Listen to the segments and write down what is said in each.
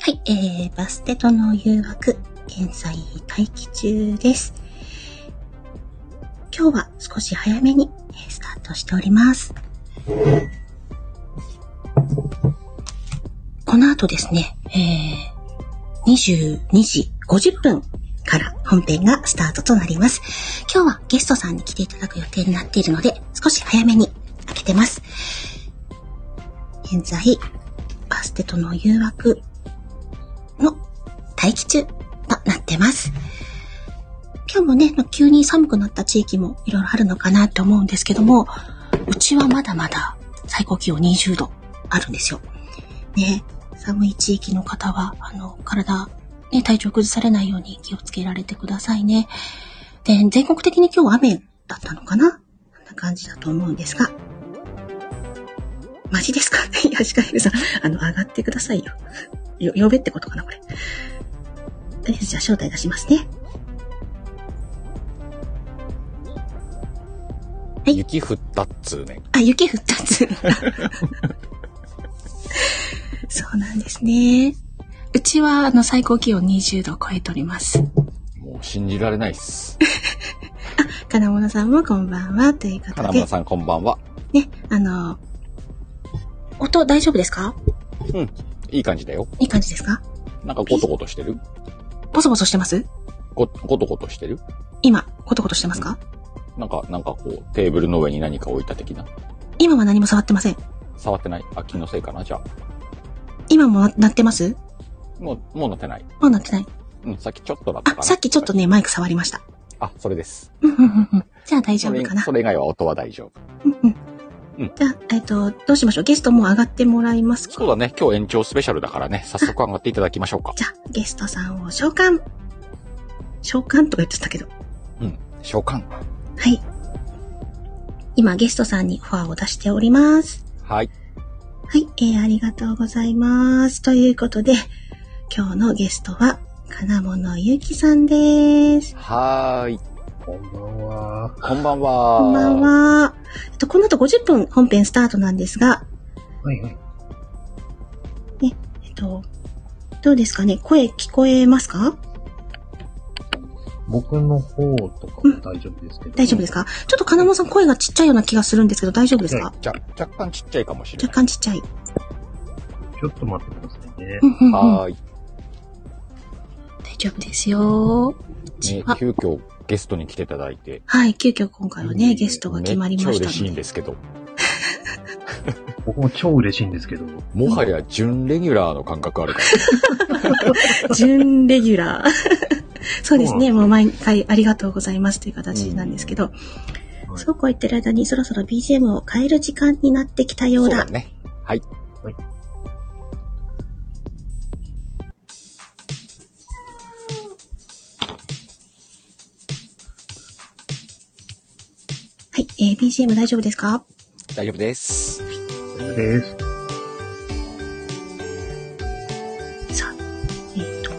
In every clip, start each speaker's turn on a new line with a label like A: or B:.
A: はい、えー、バステとの誘惑、現在待機中です。今日は少し早めにえースタートしております。この後ですね、えー、22時50分から本編がスタートとなります。今日はゲストさんに来ていただく予定になっているので、少し早めに開けてます。現在、バステとの誘惑の待機中となってます。今日もね、急に寒くなった地域もいろいろあるのかなと思うんですけども、うちはまだまだ最高気温20度あるんですよ。ね、寒い地域の方は、あの、体、ね、体調崩されないように気をつけられてくださいね。で、全国的に今日雨だったのかなこんな感じだと思うんですが。マジですか いや、シカヘルさん、あの、上がってくださいよ。よ、呼べってことかな、これ。とりあえず、じゃあ、招待出しますね。はい
B: 雪降ったっつうね。
A: あ、雪降ったっつう のがそうなんですね。うちは、あの、最高気温20度を超えております。
B: もう信じられないっ す。
A: 金物さんもこんばんは、ということ
B: 花
A: で
B: 村。さんこんばんは。
A: ね、あの、音大丈夫ですか
B: いい感じだよ。
A: いい感じですか
B: なんかコトコトしてる
A: ボソボソしてます
B: こ、コトコトしてる
A: 今、コトコトしてますか
B: なんか、なんかこう、テーブルの上に何か置いた的な。
A: 今は何も触ってません。
B: 触ってないあ、気のせいかなじゃあ。
A: 今も鳴ってます
B: もう、もうなってない。
A: もう鳴ってない。
B: うん、さっきちょっとだったかな。
A: あ、さっきちょっと。ね、マイク触りました。
B: あ、それです。
A: うんうんうんうん。じゃあ大丈
B: それ
A: 夫かな
B: それ以外は音は大丈
A: う
B: 夫。
A: んうん
B: うん
A: じゃあ、えっと、どうしましょうゲストも上がってもらいますか
B: そうだね。今日延長スペシャルだからね。早速上がっていただきましょうか。
A: じゃあ、ゲストさんを召喚。召喚とか言ってたけど。
B: うん。召喚。
A: はい。今、ゲストさんにオファーを出しております。
B: はい。
A: はい、えー、ありがとうございます。ということで、今日のゲストは、金物ゆきさんです。
B: はーい。
C: こんばんは。
B: こんばんは。
A: こんばん。は。えっと、この後50分本編スタートなんですが、
C: はいはい。
A: えっと、どうですかね声聞こえますか
C: 僕の方とかは大丈夫ですけど。
A: 大丈夫ですかちょっと金物さん声がちっちゃいような気がするんですけど、大丈夫ですか、
B: じゃ、若干ちっちゃいかもしれ
A: 若
B: な
A: 干
B: い。
A: ちっちゃい。
C: ちょっと待ってくださいね
A: う。んうんうん、大
B: はーい。
A: 丈夫ですよ。
B: ね、
A: あ
B: 急遽ゲストに来ていただいて、
A: はい、急遽今回は
C: え
A: ね、
C: ー
A: ゲストが決まりま
B: めっ
A: し
B: ちゃ
A: た
B: 嬉しいん
A: ので。
B: ですけど、
C: 僕も超嬉しいんですけど。
B: もはや準レギュラーの感覚あるか
A: 準レギュラー。 そうですね、
C: そうなんですね
A: もう毎回ありがとうございますという形なんですけど、
C: はい
A: そうこう言ってる間にそろそろ BGM を変える時間になってきた
B: ら。
A: よ
B: そうう
A: だ。
B: だね。はい。
A: はい、えー、BGM 大丈夫ですか
B: 大丈夫です。
C: です。
A: さあ、えっ、と。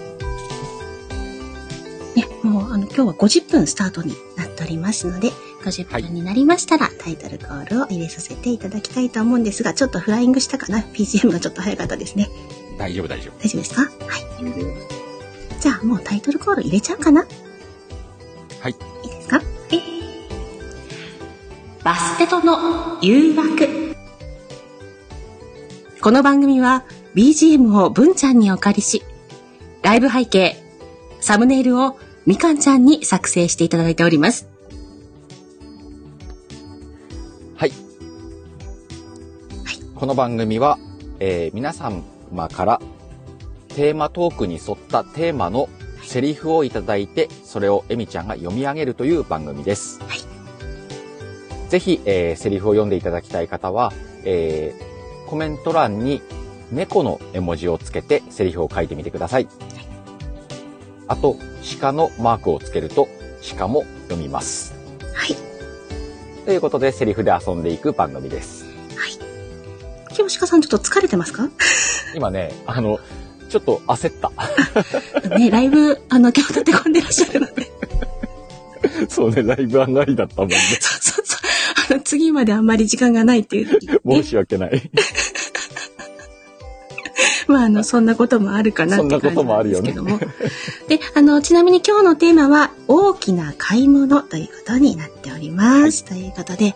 A: ね、もうあの今日は50分スタートになっておりますので、50分になりましたら、タイトルコールを入れさせていただきたいと思うんですが、ちょっとフライングしたかな ?BGM がちょっと早かったですね。
B: 大丈夫、大丈
A: 大丈夫ですかはい。
C: です。
A: じゃあもうタイトルコール入れちゃうかな
B: はい。
A: いいですかえー、バステとの誘惑。この番組は BGM を文ちゃんにお借りし、ライブ背景、サムネイルをみかんちゃんに作成していただいております。
B: 夫。はい。この番組は、えー皆様からテーマトークに沿ったテーマのセリフをいただいて、それをエミちゃんが読み上げるという番組です。
A: はい
B: ぜひ、えーセリフを読んでいただきたい方は、えーコメント欄に猫の絵文字をつけてセリフを書いてみてください。あと、鹿のマークをつけると、鹿も読みます。
A: はい。
B: ということで、セリフで遊んでいく番組です。
A: 今日鹿さんちょっと疲れてますか
B: 今ね、あの、ちょっと焦った。
A: ね、ライブ、あの、今日立て込んでらっしゃる ので、
B: そうね、ライブはないだったもんね。
A: そうそうそう、あの、次まであんまり時間がないっていうふうにね
B: し訳ない。
A: まあ、あの、そんなこともあるかなって感
B: そ
A: じ
B: んなことも
A: なん
B: ある
A: です
B: よ
A: け
B: ね
A: ども。 で、あの、ちなみに今日のテーマは、大きな買い物ということになっております。ということで、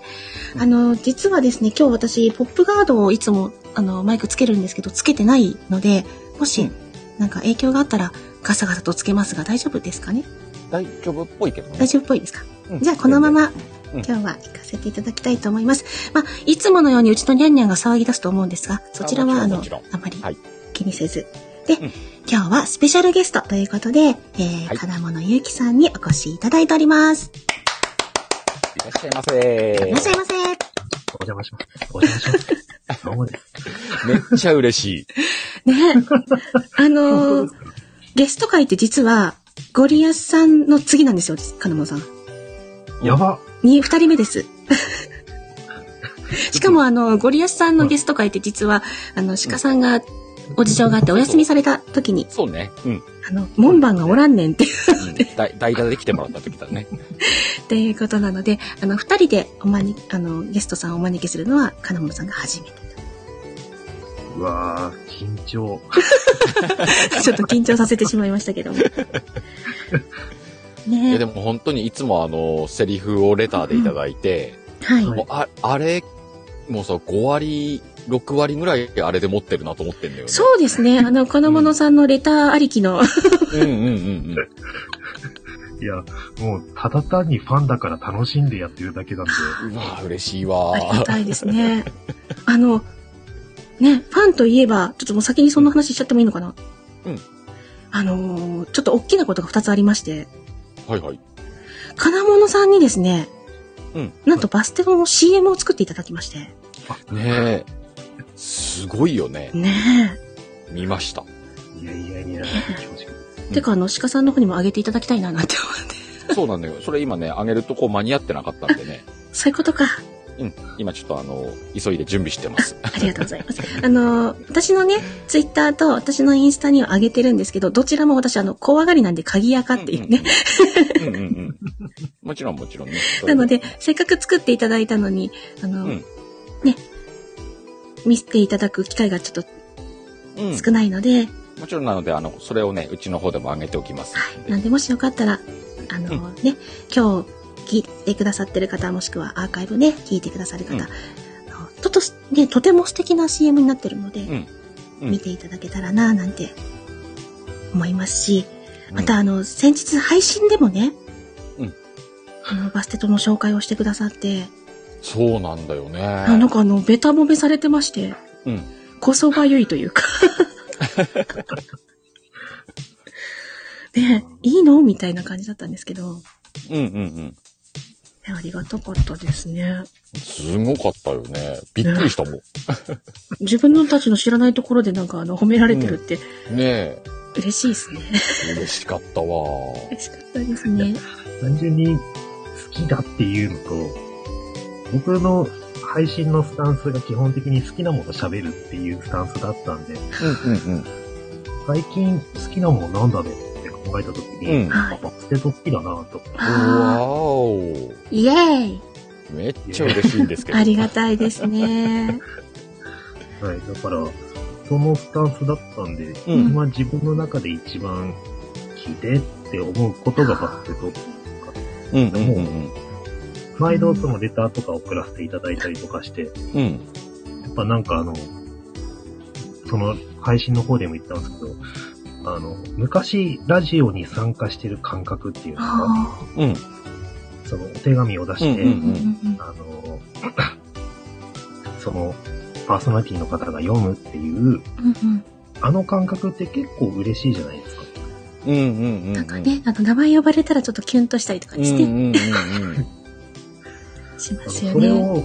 A: あの、実はですね、今日私、ポップガードをいつも、あの、マイクつけるんですけど、つけてないので、も
B: う
A: し
B: ん、
A: なんか影響があったら、ガサガサとつけますが、大丈夫ですかね
B: 大丈夫っぽいけどね。
A: 大丈夫っぽいですか
B: うん
A: じゃあ、このま。ま、
B: うん
A: 今日は行かせていただきたいと思います。まあ、いつものようにうちのニャンニャンが騒ぎ出すと思うんですが、そちらは、
B: あ
A: あ
B: も
A: の
B: ちろんもち、
A: あまり
B: はい
A: 気にせず。で、
B: うん
A: 今日はスペシャルゲストということで、えー
B: はい
A: 金物ゆうきさんにお越しいただいております。
B: いらっしゃいませ。
A: いらっしゃいませ。
C: お邪魔します。お邪魔します。どうもです。
B: めっちゃ嬉しい。
A: ねあのー ゲスト会って実は、ゴリアスさんの次なんですよ、金物さん。
C: やば。
A: に、二人目です。しかも、あの、ゴリアスさんのゲスト会って実は、あの、鹿さんが、お事情があってお休みされた時に、
B: そうね。うん。
A: あの、門番がおらんねんって
B: だ代打で来てもらった時だね。
A: っていうことなので、あの、二人でおまに、あの、ゲストさんをお招きするのは、金本さんが初めて。
C: うわー、緊張。
A: ちょっと緊張させてしまいましたけども。
B: い
A: ね
B: やでも本当にいつもあの、セリフをレターでいただいて、
A: はい。
C: はい
B: もうああれ、もうさ、5割、6割ぐらいあれで持ってるなと思ってんだよね。
A: そうですね。あの、金物さんのレターありきの、
B: うんうんうん
C: いや、もう、ただ単にファンだから楽しんでやってるだけなんで、
B: うん。うわ嬉し
A: あ
B: い
A: りが
B: わ
A: たいですね。あの、ね、ファンといえば、ちょっともう先にその話しちゃってもいいのかな
B: うん。
A: あのーちょっと大きなことが2つありまして、
B: はいはい。
A: 金物さんにですね、
B: うん
A: なんとバステロンの CM を作っていただきまして。
B: ねえ。すごいよね。
A: ねえ。
B: 見ました。
C: いやいやいや、
B: うん
A: てか、あの、鹿さんの方にもあげていただきたいななんて思っ て。
B: そうなんだよ。それ今ね、あげるとこ間に合ってなかったんでね。
A: そういうことか。
B: 今ちょっとあの、急いで準備して ます。
A: ありがとうございます。あの、私のね、ツイッターと私のインスタには上げてるんですけど、どちらも私、あの、怖がりなんで鍵やかっていうね。
B: うんうんうん。うんうんうんもちろんもちろんね。
A: なので、せっかく作っていただいたのに、あの、
B: うん
A: ね、見せていただく機会がちょっ
B: うん、
A: と少ないので、
B: もちろんなので、あの、それをね、うちの方でも上げておきますんで。
A: なんで、もしよかったら、あの、ね、今日聞いてくださってる方、もしくはアーカイブね、聞いてくださる方、
B: うん
A: あのちょっとすね、とても素敵な CM になってるので、
B: んうん
A: 見ていただけたらな、なんて思いますし、
B: うん
A: また、あの、先日配信でもね、
B: うん
A: あの、バステとの紹介をしてくださって、
B: そうなんだよね。
A: あなんかあの、ベタ褒めされてまして、
B: うん。
A: こそばゆいというか。 ねえいいのみたいな感じだったんですけど、ね
B: うんうんうん。
A: ありがたかったですね。
B: すごかったよね。びっくりしたもん。ね
A: 自分のたちの知らないところでなんかあの、褒められてるって
B: え。
A: 嬉しいですね。
B: 嬉しかったわ。
A: 嬉しかったですね。
C: 単純に好きだっていうのと、僕の配信のスタンスが基本的に好きなもの喋るっていうスタンスだったんで、
B: うんうん
C: 最近好きなものなんだろうって考えた時に、
B: うん
A: はい。
C: バステト好きだなぁと。
B: うん。
A: あ
B: わお。
A: ーイエーイ
B: めっちゃ嬉しいんですけど。
A: ありがたいですね。
C: はい、だから、そのスタンスだったんで、
B: うん
C: 今自分の中で一番聞いてって思うことがバステト。
B: うんうんうん
C: 毎度そのレターとか送らせていただいたりとかして、
B: うん。うん。
C: やっぱなんかあの、その配信の方でも言ったんですけど、あの、昔ラジオに参加してる感覚っていうのが、
A: あ
B: うん。
C: そのお手紙を出して、
A: ー
B: うん
A: うんうん
C: あの、 そのパーソナリティの方が読むっていう、
A: うんうん
C: あの感覚って結構嬉しいじゃないですか。
B: うんうんうん。
A: なんか。ね、あの、名前呼ばれたらちょっとキュンとしたりとか
B: うん
A: し
B: う
A: て、
B: んうんうん。
A: しま
C: あの
A: すよ
C: それ
A: ね。
C: を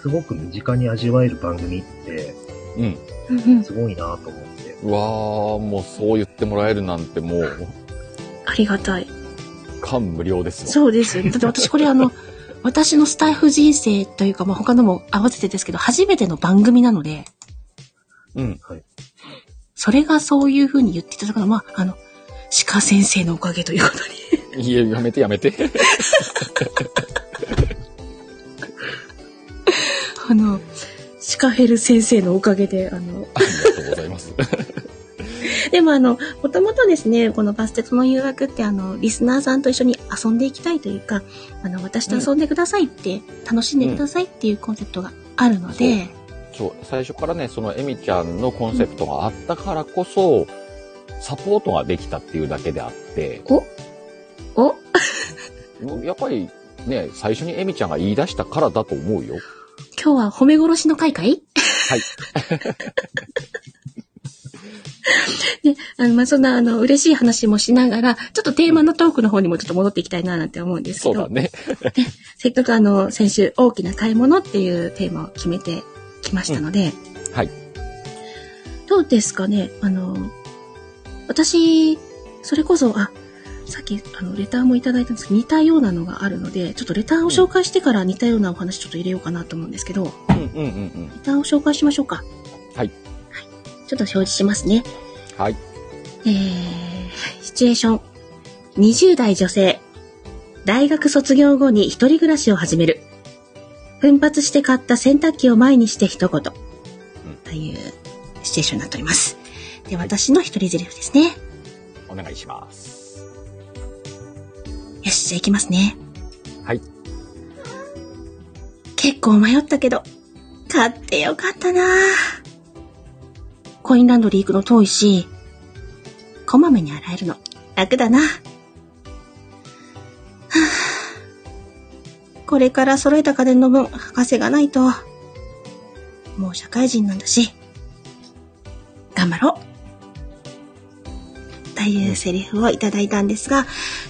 C: すごく身近に味わえる番組って
B: うん。
A: うんうん
C: すごいなと思って。
B: うわー、もうそう言ってもらえるなんてもう、
A: ありがたい。
B: 感無量ですよ。
A: そうですよね。だって私これあ の、私のスタイフ人生というか、まあ、他のも合わせてですけど、初めての番組なので、
B: うん。
A: それがそういうふうに言っていただくのは、まあ、あの、鹿先生のおかげということ に。
B: いや、やめてやめて。
A: あの、カフェル先生のおかげで、あの、
B: ありがとうございます。
A: でもあの、もともとですね、このバステとの誘惑って、あの、リスナーさんと一緒に遊んでいきたいというか、あの、私と遊んでくださいって、楽しんでくださいっていうコンセプトがあるので、
B: そう、最初からね、そのエミちゃんのコンセプトがあったからこそ、サポートができたっていうだけであって、
A: おお
B: やっぱりね、最初にエミちゃんが言い出したからだと思うよ。
A: 今日は褒め殺しの会かい
B: はい。
A: で、あの、まあ、そんな、あの、嬉しい話もしながら、ちょっとテーマのトークの方にもちょっと戻っていきたいななんて思うんです
B: そ
A: け
B: う
A: ど、
B: だね。
A: せっかくあの、先週、大きな買い物っていうテーマを決めてきましたので、
B: んはい。
A: どうですかねあの、私、それこそ、あ、さっき、あの、レターもいただいたんですけど、似たようなのがあるので、ちょっとレターを紹介してから似たようなお話ちょっと入れようかなと思うんですけど、
B: うんうんうんうん。
A: レターを紹介しましょうか。
B: はい
A: はい。ちょっと表示しますね。
B: はい。
A: えー、シチュエーション。20代女性。大学卒業後に一人暮らしを始める。奮発して買った洗濯機を前にして一言。というシチュエーションになっております。で、
B: はい
A: 私の一人台詞ですね。よ
B: お願いします。
A: し、じゃあ行きますね。
B: はい。
A: 結構迷ったけど、買ってよかったなコインランドリー行くの遠いし、こまめに洗えるの楽だな。 はぁこれから揃えた家電の分、博士がないと。もう社会人なんだし。頑張ろう。というセリフをいただいたんですが、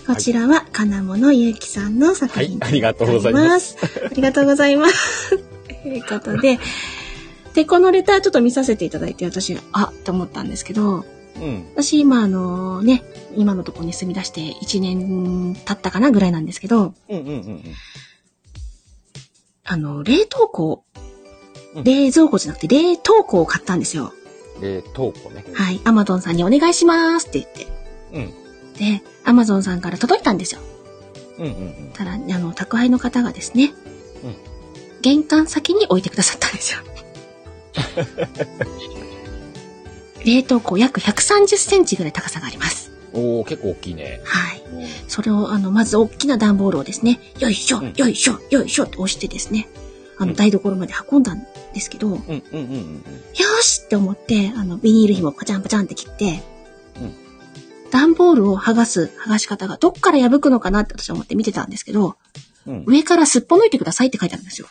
A: こちらは金物ゆうきさんの作品。
B: はいありがとうございます
A: ありがとうございます。 ということで、で、このレターちょっと見させていただいて、私、あっと思ったんですけど、
B: うん。
A: 私今あのね、今のところに住み出して1年経ったかなぐらいなんですけど、
B: うんうんうんうん。
A: あの、冷凍庫
B: う、ん
A: 冷蔵庫じゃなくて冷凍庫を買ったんですよ。
B: で、トーコね。
A: はい。アマゾンさんにお願いしますって
B: うん。
A: 言って。で、アマゾンさんから届いたんですよ。
B: うんうんうん。
A: ただ、あの、宅配の方がですね、玄関先に置いてくださったん ですよ。冷凍庫約130センチぐらい高さがあります。
B: おお結構大きいね。
A: はい。それを、あの、まず大きな段ボールをですね、よいしょ
B: うん、
A: よいしょ、よいしょって押してですね、あ
B: う
A: の、
B: ん
A: 台所まで運んだんですけど、よ
B: うんうんうんうん
A: ーしって思って、あの、ビニール紐をパチャンパチャンって切って
B: うん、
A: 段ボールを剥がす、剥がし方がどっから破くのかなって私は思って見てたんですけど、
B: うん。うん
A: 上からすっぽ抜いてくださいって書いてあるんですよ。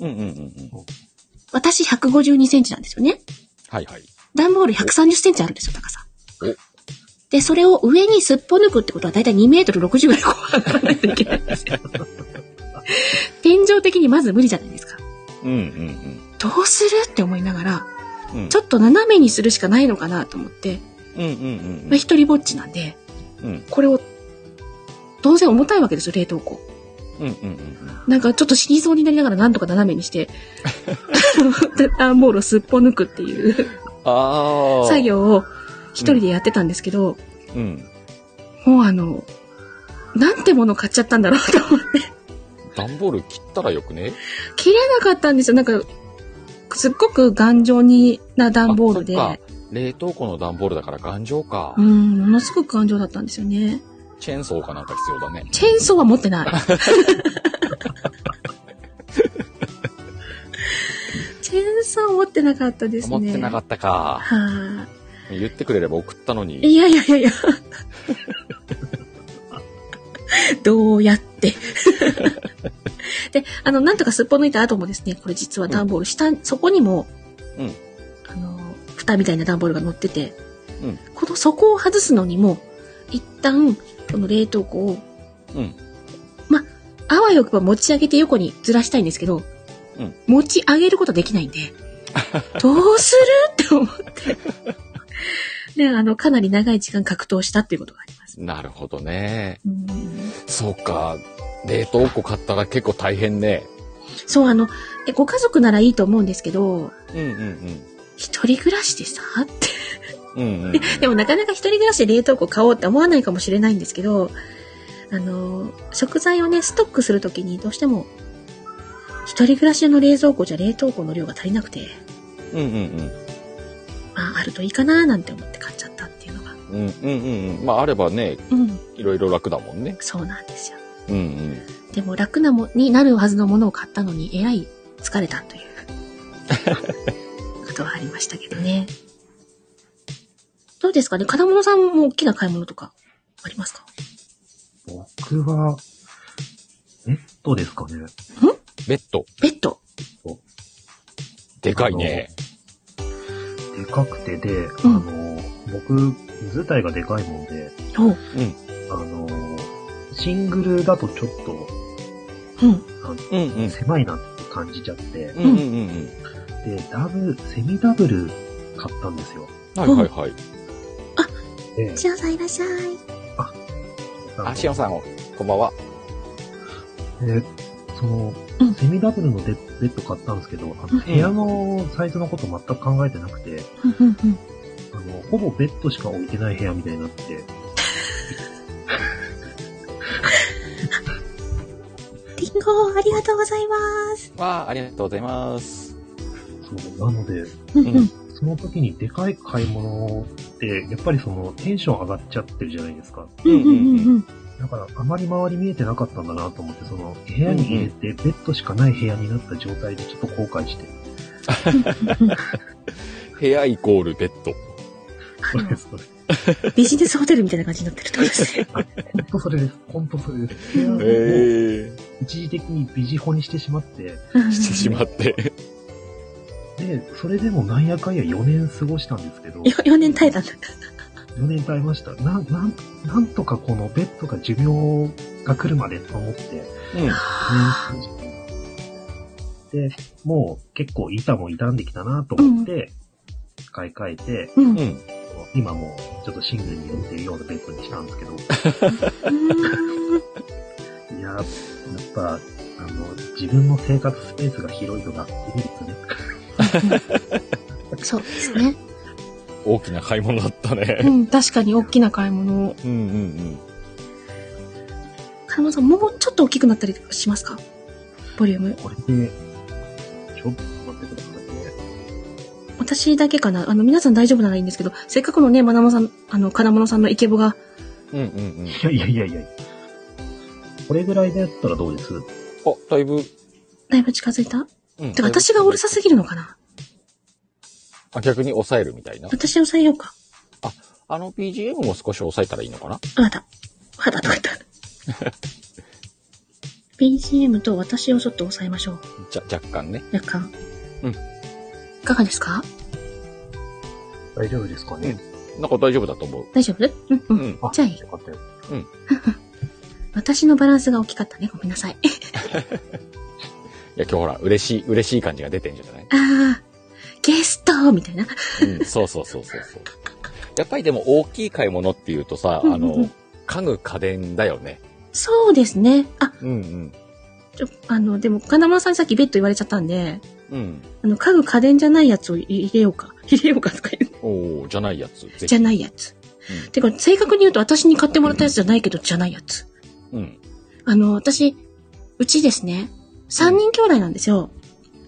B: うんうんうんうん。
A: 私152センチなんですよね。
B: はいはい。
A: 段ボール130センチあるんですよ、高さ
B: お。
A: で、それを上にすっぽ抜くってことはだいたい2メートル60ぐらいこう上がらないといけないんですよ。天井的にまず無理じゃないですか。
B: うんうん
A: どうするって思いながら、
B: うん。うん
A: ちょっと斜めにするしかないのかなと思って、
B: うんうん
A: まあ、一人ぼっちなんで、
B: うん。うん
A: これを、当然重たいわけですよ、冷凍庫。
B: うんうんうん。
A: なんかちょっと死にそうになりながらなんとか斜めに して、段ボールをすっぽ抜くっていう
B: ああ。
A: 作。業を一人でやってたんですけど、
B: うん。
A: もうあの、なんてもの買っちゃったんだろうと 思って。
B: 段ボール切ったらよくね。
A: 切れなかったんですよ。なんか、すっごく頑丈にな段ボールで。
B: あそっか冷凍庫の段ボールだから頑丈か。
A: うん、ものすごく頑丈だったんですよね。
B: チェーンソーかなんか必要だね。
A: チェーンソーは持って ない。 チェーンソー持ってなかったですね。
B: 持ってなか
A: っ
B: ったか。
A: た。は
B: 言ってくれれば送ったの
A: い。
B: に。
A: いやいやいやいや。どうやって。で、あの、なんとかすっぽ抜いた後もですね、これ実は段ボール、下、そこにも、
B: うん
A: あの、蓋みたいな段ボールが乗ってて、
B: うん
A: この底を外すのにも、一旦、この冷凍庫を
B: うん。
A: あわよくば持ち上げて横にずらしたいんですけど、
B: うん
A: 持ち上げることでき ないんで、どうするって思って。で、あの、かなり長い時間格闘したっていうことがあります。
B: なるほどね。
A: うん
B: そうか。冷凍庫買ったら結構大変ね。
A: そう、あの、え、ご家族ならいいと思うんですけど、
B: うんうん
A: 一人暮らしでさって。
B: うん。うんうんうん。
A: でもなかなか一人暮らしで冷凍庫買おうって思わないかもしれないんですけど、あの、食材をね、ストックするときにどうしても、一人暮らしの冷蔵庫じゃ冷凍庫の量が足りなくて、
B: うんうん
A: まあ、あるといいかなーなんて思って買っちゃったっていうのが。
B: うん。うんうんうんうん。まあ、あればね、
A: うん。
B: いろいろ楽だもんね。
A: そうなんですよ。
B: うんうん。
A: でも楽なも、になるはずのものを買ったのに、えらい疲れたという ことはありましたけどね。どうですかね金物さんも大きな買い物とかありますか
C: 僕は、ベッドですかね。
B: ベッド。
A: ベッド。
B: でかいね。
C: でかくてで、あ
A: ん
C: の、僕、図体がでかいもんで、
A: おう。
C: あの、シングルだとちょっと
A: うん。
B: うんうん。
C: 狭いなって感じちゃって、
B: うんうんうん
C: で、ダブル、セミダブル買ったんですよ。
B: うん。はいはいはい。
C: で、
A: しおさんいらっしゃい。
B: あ、しお
C: ん。
B: さん、こんばんは。
C: で、その
A: うん、
C: セミダブルのベッベッド買ったんですけど、あ
A: うん
C: の部屋のサイズのこと全く考えてなくて、
A: うんうんうん。
C: あの、ほぼベッドしか置いてない部屋みたいになって、
A: リンゴ、ありがとうございます。
B: わあ、ありがとうございます。
C: そう、なので、
A: うんうん。
C: その時にでかい買い物って、やっぱりそのテンション上がっちゃってるじゃないですか。
A: うんうんうんうん。
C: だからあまり周り見えてなかったんだなと思って、その部屋に入れてベッドしかない部屋になった状態でちょっと後悔して、
B: 部屋イコールベッド。
A: あ
C: それで
A: の、
C: す、それです。
A: ビジネスホテルみたいな感じになってるってことですね。
C: ほんとそれです。ほんとそれです。部屋を
B: ええ
C: 一時的にビジホにしてしまって、
A: うん
B: してしまって。
C: で、それでもなんやかんや4年過ごしたんですけど、
A: よ4年耐えたんだ。
C: 4年耐えました。なん、なん、なんとかこのベッドが寿命が来るまでと思って、
B: うん。
C: で、もう結構板も傷んできたなと思って、買い替えて、
A: うん。
B: う
A: うん
B: ん。
C: 今もうちょっとシングルに入れてるようなベッドにしたんですけど、いやー、やっぱ、あの、自分の生活スペースが広いと楽器ですね。
A: そうですね。
B: 大きな買い物だった
A: う
B: ね。
A: ん、確かに大きな買い物を。
B: うんうん
A: 金物さん、もうちょっと大きくなったりしますかボリューム。
C: これで、ちょっと待ってくださいね。
A: 私だけかなあの、皆さん大丈夫ならいいんですけど、せっかくのね、まなもさん、あの、金物さんのイケボが、
B: うん。うんうんうん。
C: いやいやいやいやこれぐらいでやったらどうです
B: あ、だいぶ。
A: だいぶ近づいた
B: うん
A: てか、私がうるさすぎるのかな
B: あ、逆に抑えるみたいな。
A: 私を抑えようか。
B: あの BGM も少し抑えたらいいのかな
A: あ、だ。あ、だ、とか言った。BGM と私をちょっと抑えましょう。
B: じゃ、若干ね。
A: 若干。
B: うん
A: いかがですか
C: 大丈夫ですかね、
B: なんか大丈夫だと思う。
A: 大丈夫うんう。
B: うんん。
C: あ
A: じゃあいい
C: よかったよ。
A: 私のバランスが大きかったね。ごめんなさい。
B: いや、今日ほら、嬉しい、嬉しい感じが出てんじゃない
A: あー、ゲストみたいな。
B: うん、そうそうそうそうそう。やっぱりでも大きい買い物っていうとさ、あ
A: うんうんう
B: の
A: ん、
B: 家具家電だよね。
A: そうですね。あ、
B: うんうん。
A: ちょ、あの、でも、金村さんにさっきベッド言われちゃったんで、
B: うん。
A: あの、家具家電じゃないやつを入れようか。 入れようかとか言う。
B: おー、じゃないやつ。ぜ
A: じ
B: ひ
A: ゃ。ないやつ。
B: うん
A: てか、正確に言うと私に買ってもらったやつじゃないけど、じゃないやつ。
B: うん。
A: あの、私、うちですね、三人兄弟なんですよ。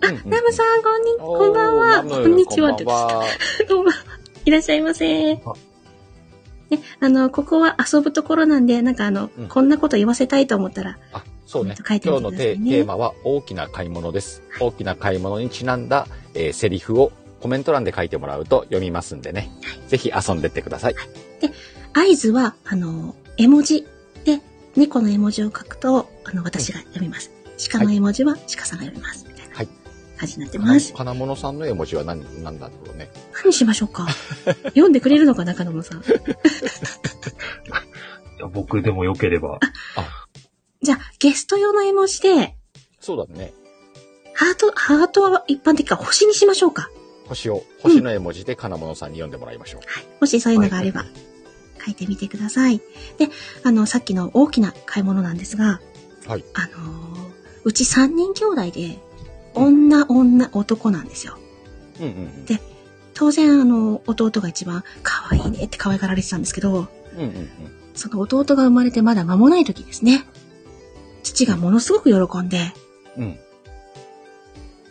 A: あ、
B: うんうん
A: ラムさん、こんに、
B: おー
A: こんばんは。
B: ラム
A: こんにちは。
B: こんばんは。
A: ってこんばんは。いらっしゃいませ。ね
C: あ、
A: あの、ここは遊ぶところなんで、なんかあの、
B: うん
A: こんなこと言わせたいと思ったら、
B: あ、そうね。
A: 書いて
B: 今
A: みてくだ
B: 日の
A: さ
B: テ
A: いね
B: ーテーマは大きな買い物です。大きな買い物にちなんだ、えーセリフをコメント欄で書いてもらうと読みますんでね。ぜひ遊んでってください。
A: 合図は、あの、絵文字で、猫の絵文字を書くと、あの、私が読みます。鹿の絵文字は、鹿さんが読みます。みたいな
B: はい
A: 感じになってます。
B: 金物さんの絵文字は何、なんだろうね。
A: 何しましょう か読んでくれるのかな、中野さん。
C: いや僕でも良ければ。
A: じゃあ、ゲスト用の絵文字で、
B: そうだね。
A: ハート、ハートは一般的か、星にしましょうか。
B: 星を、星の絵文字で金物さんに読んでもらいましょう。
A: はい。もしそういうのがあれば、書いてみてください。で、あの、さっきの大きな買い物なんですが、
B: はい。
A: あのーうち3人兄弟で、女、女、男なんですよ。
B: うんうん
A: で当然、あの、弟が一番可愛いねって可愛がられてたんですけど、
B: うん。うんうん
A: その弟が生まれてまだ間もない時ですね。父がものすごく喜んで、
B: うん。うん。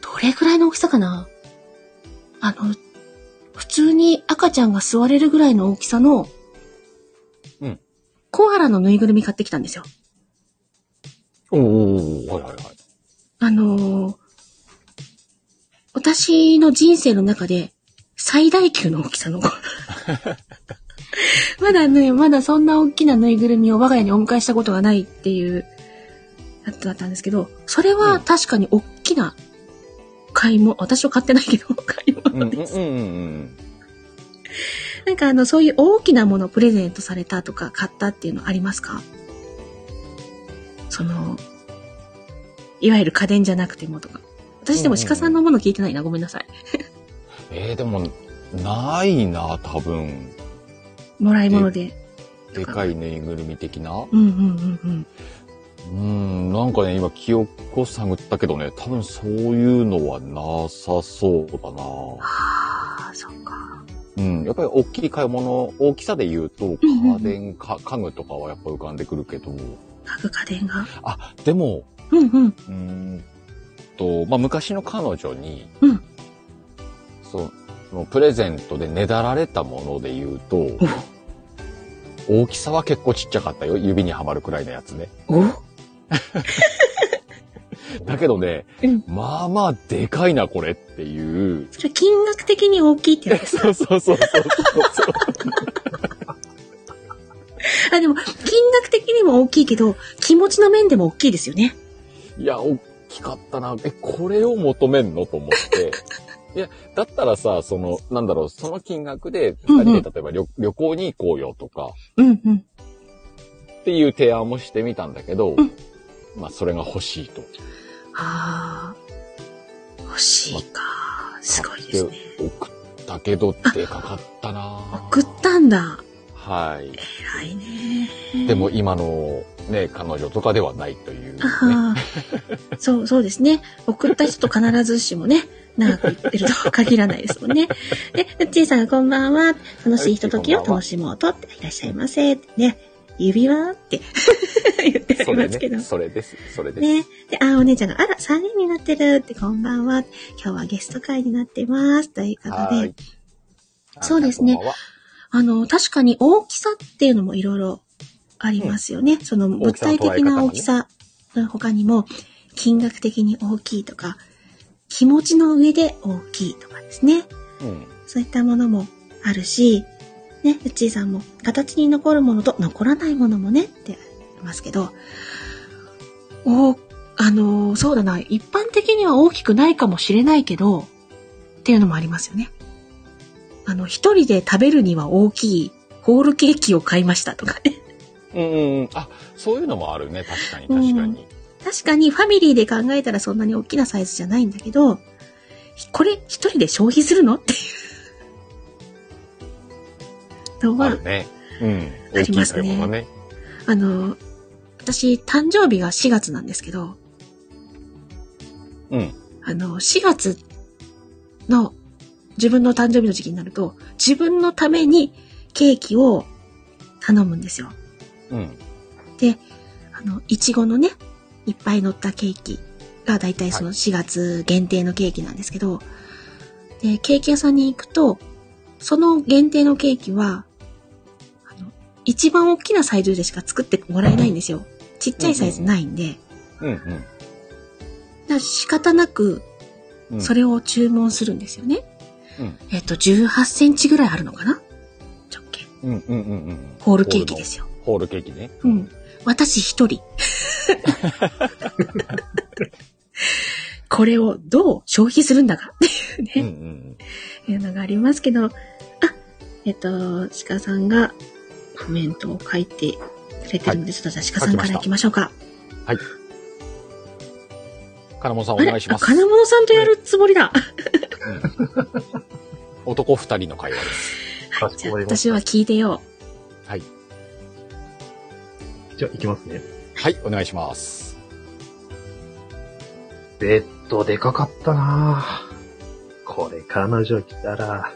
A: これくらいの大きさかな。あの、普通に赤ちゃんが座れるぐらいの大きさの、
B: うん。
A: コアラのぬいぐるみ買ってきたんですよ。
B: おおはいはいはい。
A: あのー私の人生の中で最大級の大きさ の子。まだね、まだそんな大きなぬいぐるみを我が家にお迎えしたことがないっていう、やつだったんですけど、それは確かに大きな買い物、私は買ってないけど、買い
B: うんう
A: 物
B: んう
A: で
B: ん
A: す。
B: うん
A: なんかあの、そういう大きなものをプレゼントされたとか買ったっていうのありますかその、いわゆる家電じゃなくてもとか。私でも鹿さんのもの聞いてないな、ごめんなさい。
B: えー、でも、ないな、多分。
A: もらい物で。
B: でかいぬいぐるみ的な。
A: うんうんうんうん。
B: うーん、なんかね、今、記憶を探ったけどね、多分そういうのはなさそうだな。
A: ああ、そっか。
B: うん、やっぱり大きい買い物、大きさで言うと、
A: うんうんうん
B: 家電、か家具とかはやっぱ浮かんでくるけど、
A: 家具家電が。
B: あ、でも、
A: うんうん。
B: うーんと、まあ、昔の彼女に、
A: うん
B: そう、そのプレゼントでねだられたもので言うと、大きさは結構ちっちゃかったよ。指にはまるくらいのやつね。
A: お
B: だけどね、
A: うん
B: まあまあでかいな、これっていう。
A: それは金額的に大きいってやつ。
B: そうそうそうそうそう。
A: あ、でも、金額的にも大きいけど、気持ちの面でも大きいですよね。
B: いや、大きかったな。え、これを求めんのと思って。いや、だったらさ、その、なんだろう、その金額で、
A: うんう
B: 二
A: ん
B: 人で例えば旅,、旅行に行こうよとか、
A: うんうん。
B: っていう提案もしてみたんだけど、
A: うん
B: まあ、それが欲しいと。
A: ああ、欲しいか。すごいですね。
B: 送ったけど、でかかったな
A: 送ったんだ。
B: はい。
A: 偉いね。
B: でも、今の、ね、彼女とかではないという、ね。
A: ああ、そう、そうですね。送った人と必ずしもね、長く言ってるとは限らないですもんね。で、うっちーさんがこんばんは。楽しいひとときを楽しもうとっていらっしゃいませ。ね、指輪って 言ってあ
B: そ
A: り
B: れ
A: ますけど。
B: ね、それです。それです。
A: ね。で、あ、お姉ちゃんが、あら、3人になってるって、こんばんは。今日はゲスト会になってます。ということ
B: はー
A: で
B: い。。
A: そうですね
B: こんばんは
A: あの、確かに大きさっていうのもいろいろありますよね。その物体的な大きさの他にも、金額的に大きいとか、気持ちの上で大きいとかですね。
B: うん。
A: そういったものもあるし、ね、うっちーさんも形に残るものと残らないものもねってありますけど、お、あのーそうだな、一般的には大きくないかもしれないけど、っていうのもありますよね。あの、一人で食べるには大きいホールケーキを買いましたとかね。
B: うんうんうん。あ、そういうのもあるね。確かに、確かに。
A: 確かにファミリーで考えたらそんなに大きなサイズじゃないんだけど、これ一人で消費するのっていうの
B: あ
A: は
B: るね。うん。
A: あ
B: 大
A: り
B: きい
A: ますね
B: 買い物ね。
A: あの、私、誕生日が4月なんですけど、
B: うん。
A: あの、4月の自分の誕生日の時期になると、自分のためにケーキを頼むんですよ。
B: うん。
A: あの、いちごのね、いっぱい乗ったケーキがだいたいその4月限定のケーキなんですけど、で、ケーキ屋さんに行くと、その限定のケーキは、あの、一番大きなサイズでしか作ってもらえないんですよ。ちっちゃいサイズないんで、
B: うん
A: だから仕方なく、
B: うん。うん。
A: それを注文するんですよね。
B: うん
A: えっと、18センチぐらいあるのかな直径。
B: うんうんうんうん。
A: ホールケーキですよ。
B: ホールケーキね。
A: うん。私一人。これをどう消費するんだかって
B: う
A: い
B: ん
A: う
B: う
A: ね、
B: ん
A: いうのがありますけど、あ、えっと、鹿さんがコメントを書いてくれてるので、ちょっとじゃあ鹿さんから行きましょうか。
B: うん。金本さんお
A: あれ
B: 願いします。
A: 金物さんとやるつもりだ。
B: 男二人の会話です。
A: はい、じゃあ
C: かしこまりま
A: 私
C: した
A: は聞いてよう。
B: はい。
C: じゃあ、いきますね。
B: はい、お願いします。
C: ベッドでかかったなぁこれ彼女来たら、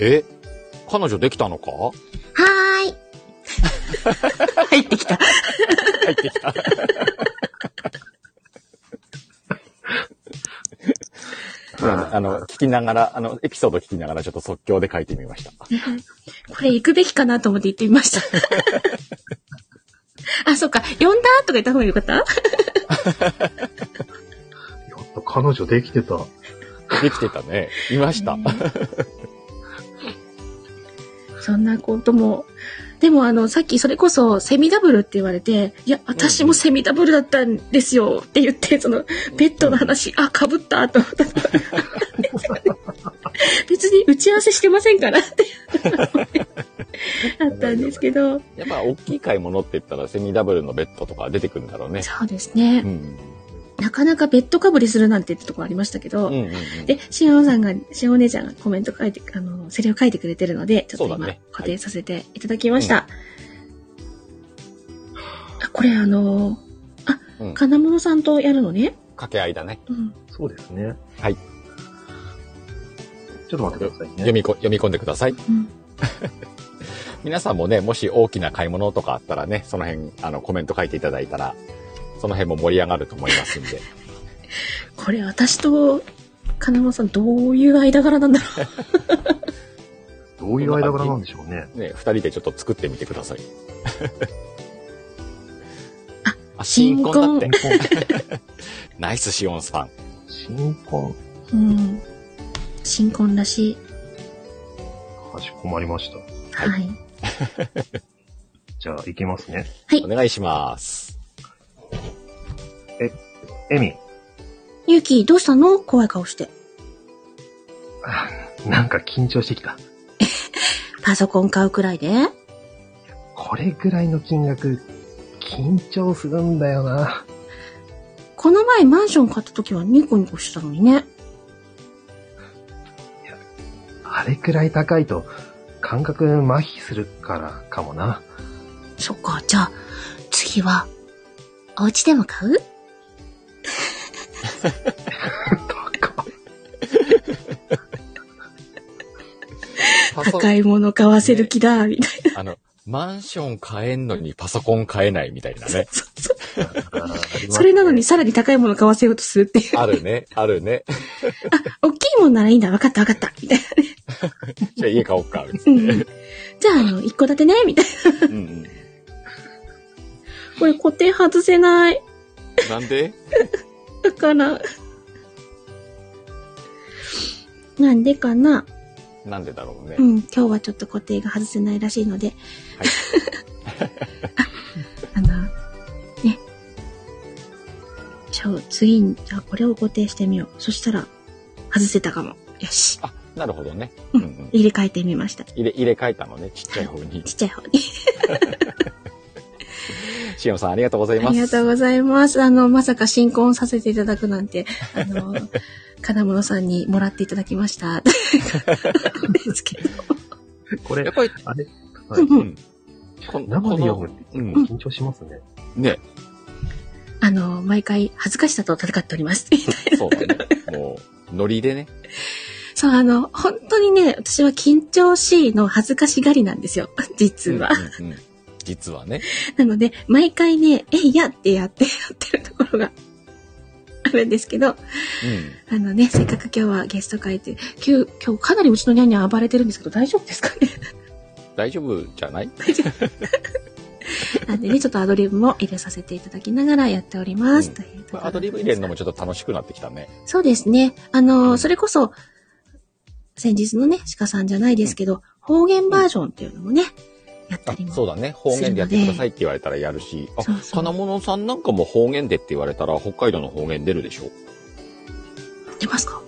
B: え彼女できたのか
A: はーい。入ってきた。
B: 入ってきた。あの、聞きながら、あの、エピソード聞きながらちょっと即興で書いてみました。
A: これ行くべきかなと思って行ってみました。あ、そっか。呼んだとか言った方がよかった
C: やっと彼女できてた。
B: できてたね。いました。
A: ね そんなことも。でもあの、さっきそれこそセミダブルって言われて、いや、私もセミダブルだったんですよって言って、その、ベッドの話、あ、被ったと思 った。別に打ち合わせしてませんからって。 あったんですけど。
B: やっぱ大きい買い物って言ったらセミダブルのベッドとか出てくるんだろうね。
A: そうです
B: う
A: ね。
B: ん。
A: なかなかベッドかぶりするなんてってとこありましたけど。
B: うんうんうん。
A: で、しおんさんが、しおんお姉ちゃんがコメント書いて、あの、セリフ書いてくれてるので、ちょっ
B: そ
A: と
B: うだ
A: 今、
B: ね
A: 固定させていただきました。あ、これあのー
B: うん
A: あ、金物さんとやるのね。
B: 掛け合いだね。
A: うん。
C: そうですね。
B: はい。
C: ちょっと待ってくださいね
B: 読。みこ、読み込んでください。
A: うん。
B: 皆さんもね、もし大きな買い物とかあったらね、その辺、あの、コメント書いていただいたら、その辺も盛り上がると思いますんで。
A: これ私と金物さんどういう間柄なんだろ
C: どういう間柄なんでしょうね。
B: ね、二人でちょっと作ってみてください。
A: あ、
B: あ新婚だって。
C: 新婚。
B: ナイスシオンさん。
C: 新婚。
A: う。うん。新婚らしい。
C: かしこまりました。
A: はい。
C: じゃあ、行きますね。
B: お願いします。
C: エミ、
A: ゆうき、どうしたの怖い顔して。
C: なんか緊張してきた。
A: パソコン買うくらいで
C: これぐらいの金額、緊張するんだよな。
A: この前マンション買った時はニコニコしたのにね。
C: あれくらい高いと、感覚麻痺するからかもな。
A: そっか、じゃあ、次は、お家でも買う
C: 高っ
B: パソ
A: 高いもの買わせる気だ、みたい
B: あの、マンション買えんのにパソコン買えないみたいなね。
A: な。そ
C: あー
A: それなのに。さらに高いもの買わせようとするっていう。
B: あるね、あるね。
A: 大きいもんならいい んだ、わかったわかった、みたいな。
B: じゃあ家買おうか、みた
A: う
B: い
A: ん
B: な
A: じゃあ、あの、一戸建てね、みたいな。
B: うんうん。
A: これ固定外せない。
B: なんで
A: だから。なんでかな
B: なんでだろうね
A: う。ん、今日はちょっと固定が外せないらしいので。
B: はい
A: ああの、ね。じゃあ、次に、じゃあこれを固定してみよう。そしたら、外せたかも。よし。
B: あ、なるほどね。うんうん。
A: 入れ替えてみました。
B: 入れ、入れ替えたのね、ちっちゃい方に。
A: ちっちゃい方に。
B: シオンさんありがとうござい
A: あ
B: ます。
A: りがとう
B: う
A: ございます。あの、まさか新婚させていただくなんて、あの、 金物さんにもらっていただきました。 ですけど。
C: これ
B: やっ、ぱり、
C: あれ、は
A: う
C: い
A: んうん。
B: こん
C: 生で読むって
B: この
C: 緊張しますね。
B: うん。ね、
A: あの、毎回恥ずかしさと戦っております。
B: そうだね。もう、ノリでね。
A: そう、あの、本当にね、私は緊張しいの恥ずかしがりなんですよ。 実は。
B: うんうんうん。実はね。
A: なので、毎回ね、えいやってやってや ってるところが あるんですけど、
B: うん。
A: あのね、せっかく今日はゲスト会って、今日、今日かなりうちのニャンニャン暴れてるんですけど、大丈夫ですかね
B: 大丈夫じゃない
A: なんでね、ちょっとアドリブも入れさせていただきながらやっております。
B: うん
A: というとこ
B: ま
A: ろ
B: あアドリブ入れるのもちょっと楽しくなってきたね。
A: そうですね。あの、
B: うん
A: それこそ、先日のね、鹿さんじゃないですけど、方言バージョンっていうのもね、やった
B: あ
A: りも。
B: そうだね。方言でやってくださいって言われたらやるし。あ
A: そうそう
B: 金物さんなんかも方言でって言われたら北海道の方言出るでしょ
A: 出ますか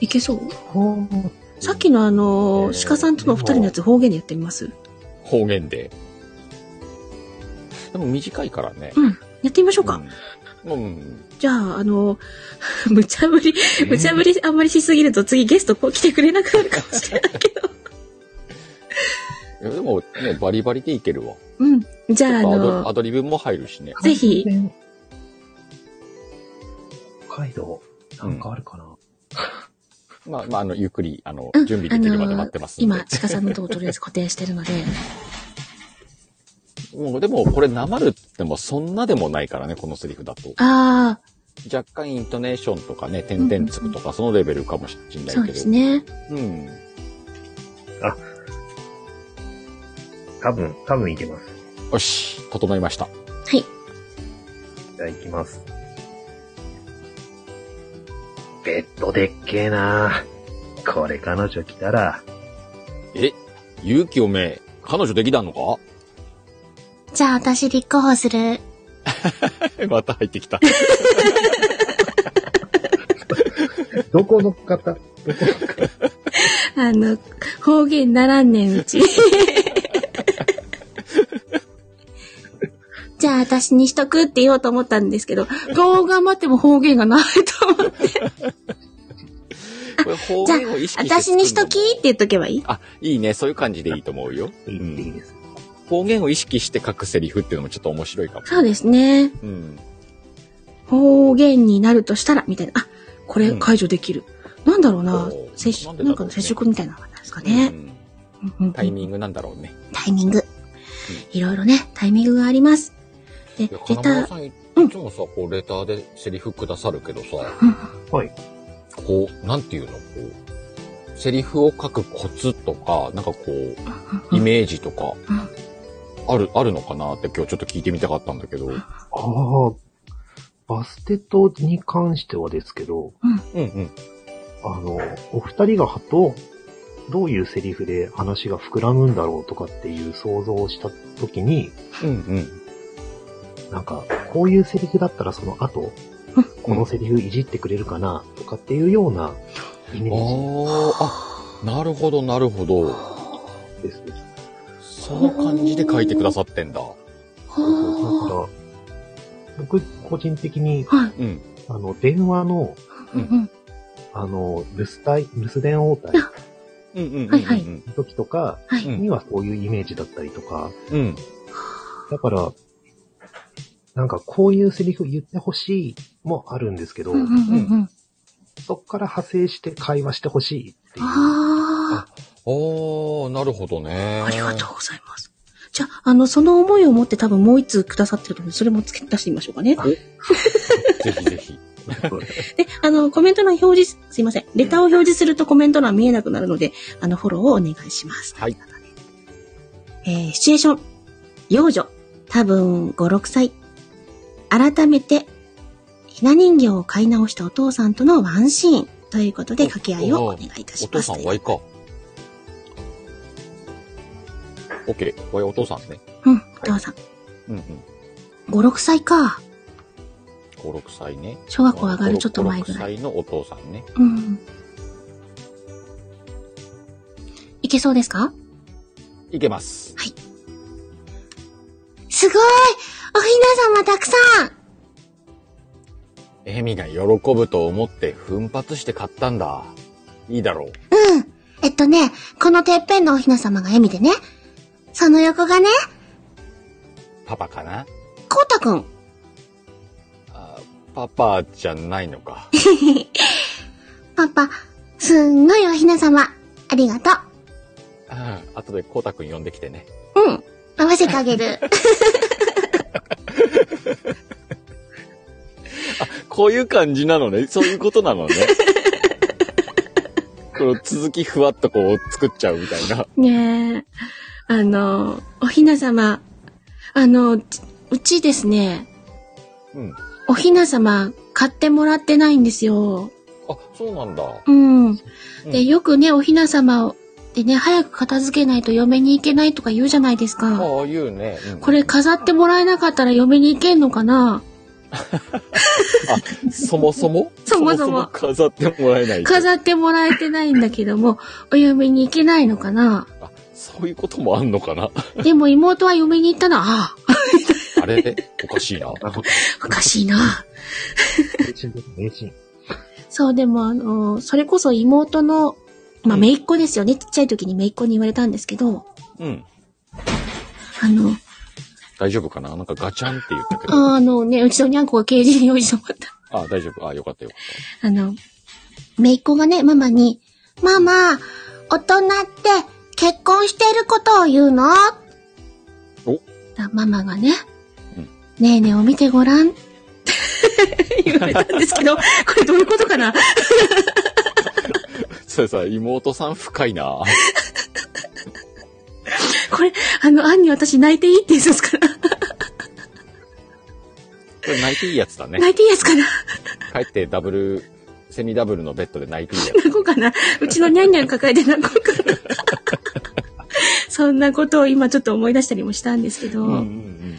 A: いけそう
C: ほう
A: さっきのあの、
B: えー
A: 鹿さんとのお二人のやつ方言でやってみます
B: 方言で。でも短いからね。
A: やってみましょうか。
B: うん。うん。
A: じゃあ、あの、 無茶ぶり、無茶ぶりあんまりしすぎると次ゲストこう来てくれなくなるかもし れないけど。
B: えでもね、バリバリでいけるわ。
A: うん。じゃあ、あ
B: ちょっとアドア
A: の、
B: ドリブも入るしね。
A: ぜひ。
C: 北海道、なんかあるかな、
B: まあ、まあ、あの、ゆっくり、あの
A: うん、
B: 準備できるまで待ってますんで。
A: 今、鹿さんのとことりあえず固定してるので、
B: もう、でも、これ、なまるっても、そんなでもないからね、このセリフだと。
A: あー、
B: 若干イントネーションとかね、点々つくとか、そのレベルかもし れないけど。
A: そうですね。
B: うん。
C: 多分、多分いけます。
B: よし、整いました。
A: はい。
C: じゃあ行きます。ベッドでっけえなこれ彼女来たら、
B: え、ゆうきおめえ、彼女できたのか
A: じゃあ私立候補する。
B: また入って きた。
C: どこの方
A: あの、方言ならんねんう ち。じゃあ私にしとくって言おうと思ったんですけど、どう頑張っても方言がないと思 って。
B: これ方
A: じゃ
B: 言を意識して作るの
A: 私にしときって言っとけばいい
B: あ、いいね。そういう感じでいいと思うよ。
C: いいいいです。
B: 方言を意識して書くセリフっていうのもちょっと面白いかも。
A: そうですね。
B: うん。
A: 方言になるとしたら、みたいな。あ、これ解除できる。なんだろうな
B: おう。
A: 接
B: なん
A: 触、な
B: でだろ
A: ん
B: うね
A: かの接触みたいなのがなんですか
B: う
A: ね。
B: ん
A: うんうん
B: タイミングなんだろうね。
A: タイミング。いろいろね、タイミングがあります。で、レ
B: いや、
A: タ
B: 金
A: ー
B: 村、さんい
A: うん
B: つもさ、こう、レターでセリフくださるけどさ、
A: うん
C: はい。
B: こう、なんていうのこう、セリフを書くコツとか、なんかこう、イメージとか、ある、あるのかなって今日ちょっと聞いてみたかったんだけど。うん
C: ああ、バステットに関してはですけど、
B: うん。
C: あの、お二人がはと、どういうセリフで話が膨らむんだろうとかっていう想像をしたときに、
B: うんうん。
C: なんか、こういうセリフだったらその後
A: うん、
C: このセリフいじってくれるかなとかっていうようなイメー
B: あーあ、なるほど、なるほど。
C: ジですね。
B: その感じで書いてくださってんだ。
C: だ
A: は
C: から、僕個人的に、
A: あ。はい。
B: うん。
C: あの、電話の、
B: うん
A: うん
C: あの、留守帯、留守電応対
B: うんうんうんうん。
A: はいはい
B: うん
C: の時とか
A: は
B: う
A: い。
B: ん
C: にはそういうイメージだったりとか、
B: うん。
C: だから、なんかこういうセリフ言ってほしいもあるんですけど、
A: うんうんうんうん。
C: そっから派生して会話してほしいっていう。
A: あ
B: おー、なるほどね。
A: あ、ありがとうございます。じゃあ、あの、その思いを持って多分もう一通くださってるので、それも付け足してみましょうかね。
B: ぜひぜひ。
A: で、あの、コメント欄表示、すいません。レターを表示するとコメント欄見えなくなるので、あの、フォローをお願いします。
B: はい。
A: えー、シチュエーション。幼女。多分、5、6歳。改めて、ひな人形を買い直したお父さんとのワンシーン。ということで、
B: お
A: 掛け合いをお願いいたし
B: お
A: ます。
B: 父さん、ワイか。オッケー、これお父さんね。
A: うん、お父さん。
B: うんうん。
A: 5、6歳か。
B: 5、6歳ね。
A: 小学校上がるちょっと前ぐ
B: 5 6
A: らい。
B: 歳のお父さんね。
A: うん。いけそうですか
B: いけます。
A: すごいおひな様たくさん
B: エミが喜ぶと思って奮発して買ったんだ。いいだろう。
A: うん。えっとね、このてっぺんのおひな様がエミでね。その横がね、
B: パパかな
A: こうたくん。
B: あパパじゃないの か。
A: パパ、すんごいおひな様。ありがと
B: あ後でコウタくん呼んできてね。
A: う。うん。合わせてあげる。
B: こういう感じなのね。そういうこと なのね。この続きふわっとこう作っちゃうみたいな。
A: ねえ。あの、おひな様。あの、ちうちですね、
B: うん。
A: おひな様買ってもらってないんですよ。
B: あ、そうなんだ。
A: うん。
B: う
A: で、
B: ん
A: よくね、おひな様を、でね、早く片付けないと嫁に行けないとか言うじゃないですか。
B: ああ、言うね。うん
A: これ飾ってもらえなかったら嫁に行けんのかな
B: そもそも
A: そもそも
B: 飾ってもらえない。
A: 飾ってもらえてないんだけども、お嫁に行けないのかな
B: あそういうこともあんのかな
A: でも妹は嫁に行ったな。ああ、
B: あれおかしいな。
A: おかしいな。
C: 名人です名人。
A: そう、でもあの、それこそ妹の、まあ、
B: うん
A: 姪っ子ですよね。ちっちゃい時に姪っ子に言われたんですけど、
B: うん。
A: あの、
B: 大丈夫かななんかガチャンって言ったけど。
A: あのね、うちのにゃんこがケージに用意してもらった。
B: あ、大丈夫。あ、よかったよかっ
A: あの、姪っ子がね、ママに、ママ、大人って結婚してることを言うの
B: お
A: だママがね
B: うん、
A: ねえねえを見てごらん。 言われたんですけど、これどういうことかな
B: それさ、妹さん深いな。
A: これ、あの、アンに私泣いていいって言うんですから、
B: これ泣いていいやつだね。
A: 泣いていいやつかな
B: 帰ってダブル、セミダブルのベッドで泣いていいやつ。
A: 泣こうかな。うちのニャンニャン抱えて泣こうか な。そんなことを今ちょっと思い出したりもしたんですけど、
B: うんうん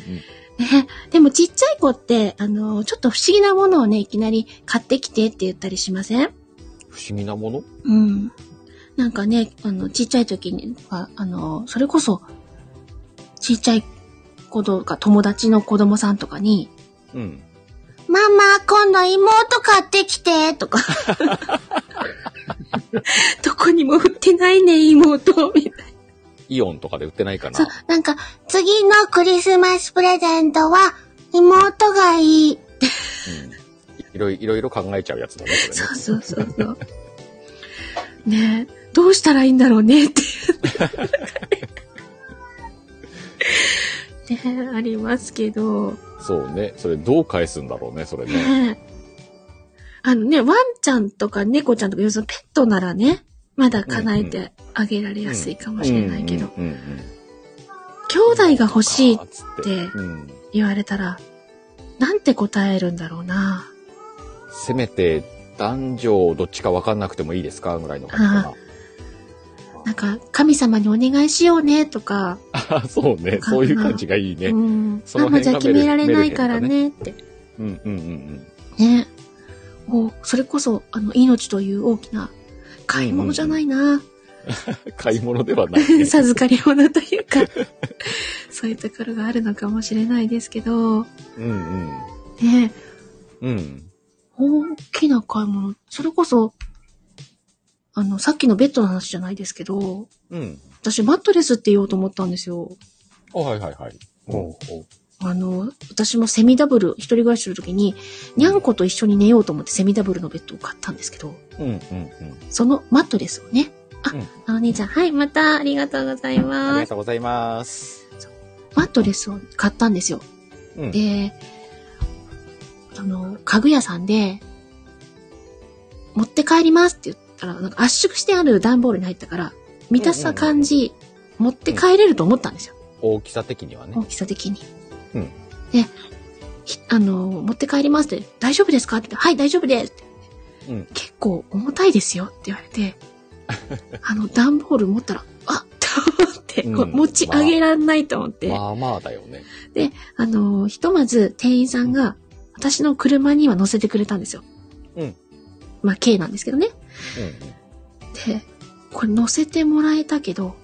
A: ね。 でもちっちゃい子って、あの、ちょっと不思議なものをね、いきなり買ってきてって言ったりしません
B: 不思議なもの
A: うん。なんかね、あの、ちっちゃい時に、ああの、それこそ、ちっちゃい子とか友達の子供さんとかに、
B: うん。
A: ママ、今度妹買ってきて、とか。 どこにも売ってないね、妹。みたい
B: イオンとかで売ってないか
A: な。そう
B: な。、
A: なんか、次のクリスマスプレゼントは、妹がいい。
B: うん。いろいろいろいろ考えちゃうやつだね、これね
A: そうそうそうそう。 ねえ、どうしたらいいんだろうね っていう。ねえ、ありますけど。
B: そうね。それどう返すんだろうね、それね。
A: ねえ。あのね、ワンちゃんとか猫ちゃんとか、要するにペットならね、まだ叶えてあげられやすいかもしれないけど、
B: うんうんうんうん
A: 兄弟が欲しいっ
B: あーつ
A: て
B: うん。
A: 言われたら、なんて答えるんだろうな。
B: せめて、男女どっちか分かんなくてもいいですかぐらいの感じか
A: なんか、神様にお願いしようね、とか、
B: な。あ、 そうね。そういう感じがいいね。
A: う
B: うん
A: ん。
B: その
A: ママ
B: 辺
A: じ
B: が
A: ゃ決められないからね、って。
B: うんうんうん。
A: ね。もう、それこそ、あの、命という大きな買い物じゃないな。
B: 買い物ではない、ね。
A: 授かり物というか、 そういうところがあるのかもしれないですけど、
B: うん
A: ね
B: うん。うん。
A: 大きな買い物。それこそ、あの、さっきのベッドの話じゃないですけど、
B: うん。
A: 私マットレスって言おうと思ったんですよ。
B: あはいはいはい。
C: おうおう
A: あの、私もセミダブル、一人暮らしするときに、にゃんこと一緒に寝ようと思ってセミダブルのベッドを買ったんですけど、
B: うんうんうん。
A: そのマットレスをね、あ、
B: うん
A: あのお兄ちゃん、はい、また、ありがとうござい
B: あり
A: ま
B: が
A: す。
B: とうございます。
A: マットレスを買ったんですよ。
B: うん。
A: で、あの、家具屋さんで、持って帰りますって言ったら、なんか圧縮してある段ボールに入ったから、見たさ感じ、持って帰れると思ったんですよ。
B: 大きさ的にはね
A: 大。きさ的に。
B: うん
A: で、ひあの、持って帰りますって、大丈夫ですかって言ってはい、大丈夫ですって。
B: うん
A: 結構重たいですよって言われ て、あの、段ボール持ったら、あっと思って、
B: うん
A: 持ち上げらんないと思って。
B: まあまあだよね。
A: あの、ひとまず店員さんが私の車には乗せてくれたんですよ。
B: うん。
A: まあ、K なんですけどね。で、これ乗せてもらえたけど、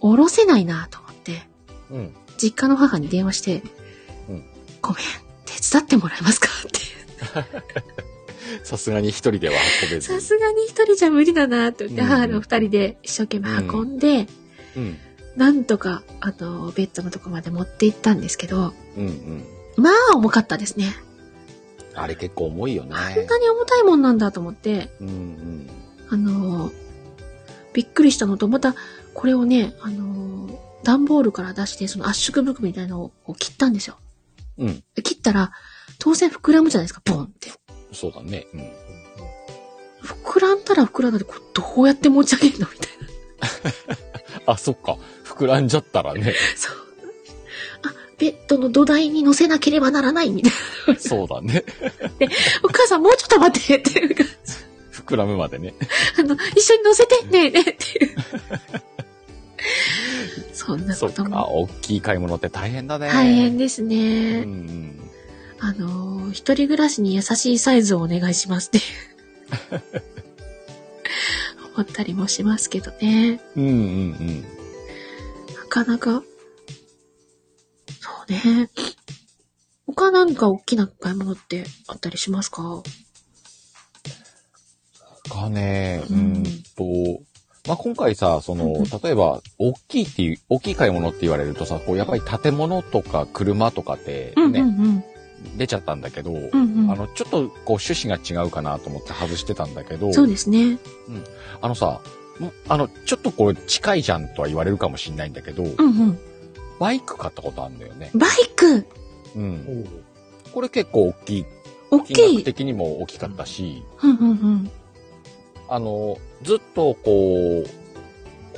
A: 降ろせないなと思って、
B: うんうん。
A: 実家の母に電話して、
B: うん
A: ごめん、手伝ってもらえますかって。
B: うん。さすがに一人では運べず
A: さ
B: に。
A: すがに一人じゃ無理だなと思って、
B: うん
A: 母の二人で一生懸命運んで、
B: うん。
A: なんとか、あの、ベッドのとこまで持って行ったんですけど、
B: うんうん。
A: まあ重かったですね。
B: あれ結構重いよね。
A: あんなに重たいもんなんだと思って、
B: うんうん。
A: あのーびっくりしたのと、また、これをね、あのー段ボールから出して、その圧縮袋みたいなのを切ったんですよ。
B: うん。
A: 切ったら、当然膨らむじゃないですか、ボンって。
B: そうだね。うん。
A: 膨らんだら膨らんだで、これどうやって持ち上げるのみたいな。
B: あ、そっか。膨らんじゃったら ね。
A: そう。あ、ベッドの土台に乗せなければならない、みたいな。
B: そうだね。
A: お母さん、もうちょっと待って、っていうか、
B: 膨らむまでね。
A: あの、一緒に乗せて、ねえねえ、 っていう。 そんな
B: そ
A: こ
B: っ
A: と
B: か。
A: も。
B: 大きい買い物って大変だね。
A: 大変ですね。
B: うんうん。
A: あのー一人暮らしに優しいサイズをお願いしますっていう 思ったりもしますけどね。
B: うんうんうん。
A: なかなか、そうね。他なんか大きな買い物ってあったりしますか
B: かね、う
A: うんん
B: と、まあ、今回さ、そ
A: うんう
B: の
A: ん、
B: 例えば、大きいっていう、大きい買い物って言われるとさ、こう、やっぱり建物とか車とかって
A: うんうんう
B: ね、
A: ん。
B: 出ちゃったんだけど、
A: う
B: あ
A: んうん。
B: の、ちょっと、こう、趣旨が違うかなと思って外してたんだけど、
A: そうですね。
B: あのさ、んあの、ちょっとこう、近いじゃんとは言われるかもしんないんだけど、
A: うんうん。
B: バイク買ったことあるんだよね。
A: バイク
B: うん。
C: おう
B: これ結構大きい
A: 大
B: 金
A: き
B: 額
A: い。
B: 的にも大きかったし、
A: うんうんうん。
B: あの、ずっとこう、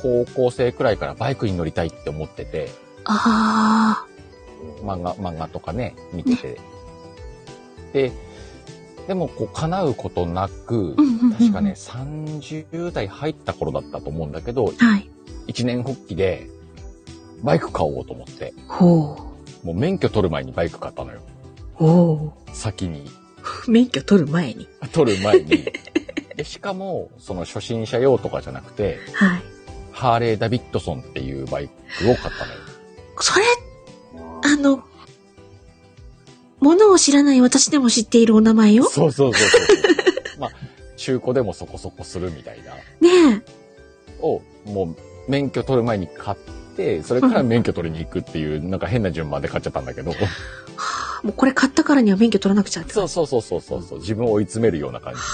B: 高校生くらいからバイクに乗りたいって思ってて、
A: ああ。
B: 漫画、漫画とかね、見てて。で、でもこう、叶うことなく
A: う、んうんうん。
B: 確かね、。30代入った頃だったと思うんだけど、
A: はい。
B: 一年発起で、バイク買おうと思って、
A: ほ
B: もう免許取る前にバイク買ったのよ。
A: う。ほ
B: 先に。
A: う。免許取る前に。
B: 取る前に。で、しかも、その初心者用とかじゃなくて、
A: はい。
B: ハーレー・ダビッドソンっていうバイクを買ったのよ。
A: それ、
C: あ
A: あの、ものを知らない私でも知っているお名前よ。
B: そうそうそうそう。 まあ、中古でもそこそこするみたいな。
A: ね
B: を、もう、免許取る前に買って、それから免許取りに行くっていう、なんか変な順番で買っちゃったんだけど。
A: え。はあもうこれ買ったからには免許取らなくちゃって。
B: そうそうそうそうそうそう。自分を追い詰めるような感じで。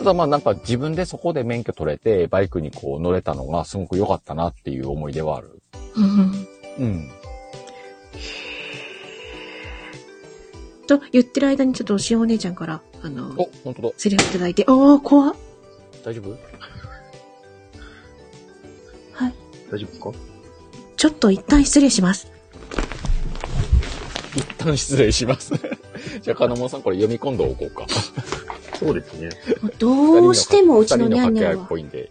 B: ただまあなんか自分でそこで免許取れて、バイクにこう乗れたのがすごく良かったなっていう思い出はある。
A: うん。
B: うん。
A: と言ってる間にちょっとおしお姉ちゃんから、あの、
B: お、本当だ。
A: セリフいただいて、おー、怖っ
B: 大丈夫
C: 大丈夫ですか
A: ちょっと一旦失礼します。
B: 一旦 失礼します。じゃあ、金物さんこれ読み込んでおこうか。
C: そうですね。
A: もうどうしてもうちのニャンニャン
B: 二人の掛け合いっ
A: は
B: ぽいんで。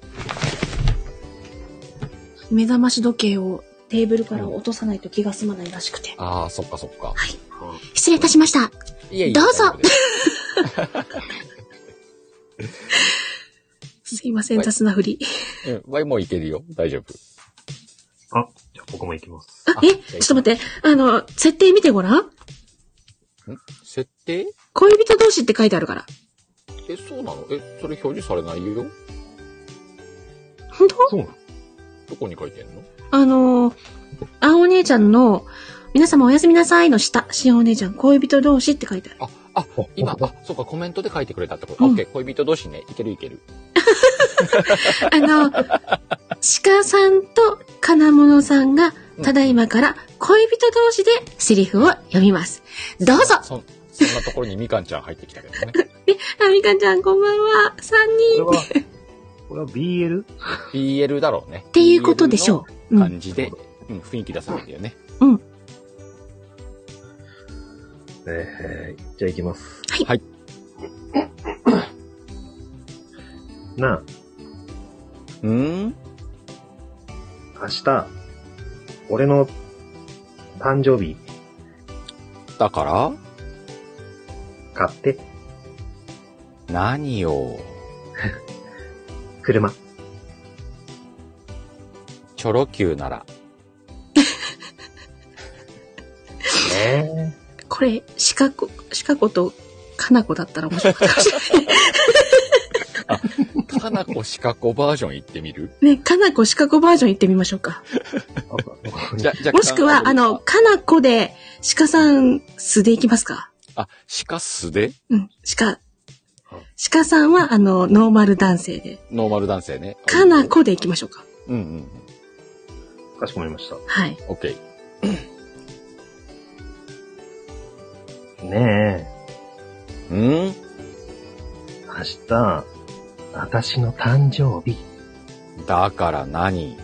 A: 目覚まし時計をテーブルから落とさないと気が済まないらしくて。
B: ああ、そっかそっか。
A: 失礼いたしました。
B: いやいや。
A: どうぞ
B: 大丈夫です
A: すいません、雑なふり。
B: うん、ワイもういけるよ。大丈夫。
C: あ、じゃあ僕も行きます。
A: あ、え、ちょっと待って。あの、設定見てごらん。
B: 設定
A: 恋人同士って書いてあるから。
B: え、そうなのえ、それ表示されないよ
A: 本当
C: そうなの
B: どこに書いてんの
A: あのー、あお姉ちゃんの、皆様おやすみなさいの下、しお姉ちゃん、恋人同士って書いてある。
B: あ、あ、今、あ、そうか、コメントで書いてくれたってこと。あ
A: うん
B: オッケー、恋人同士ね。いけるいける。
A: あの、鹿さんと金物さんが、ただいまから恋人同士でセリフを読みます。どうぞ
B: そ、そんなところにみかんちゃん入ってきたけど ね。
A: あみかんちゃんこんばんは、3人っ
C: これは、これは BL?
B: BL だろうね。って
A: いうことでしょう。うん。
B: 感じで、うん、雰囲気出さないんだよね。
C: えー、じゃあ行きます。
A: はい
B: はい。
C: な
B: うん
C: あ、明日、俺の誕生日
B: だから、
C: 買って、
B: 何を、
C: 車。
B: チョロ Q なら、
C: え
A: これ、シカ子、シカ子とかな子だったら面白かったかもし れない。
B: かなこしかこバージョン行ってみる
A: ね、かな子、シカ子バージョン行ってみましょうか。
B: じゃ、じゃ
A: もしくは、あの、、かな子で、鹿さん素でいきますか
B: あ、しかすで
A: うん。鹿。鹿さんは、あの、ノーマル男性で。
B: ノーマル男性ね。
A: かなこで行きましょうか。
B: うんうんうん。
C: かしこまりました。
A: はい。
B: オッケー。
C: ね
B: うん
C: え、明日、私の誕生日。
B: だから何
C: い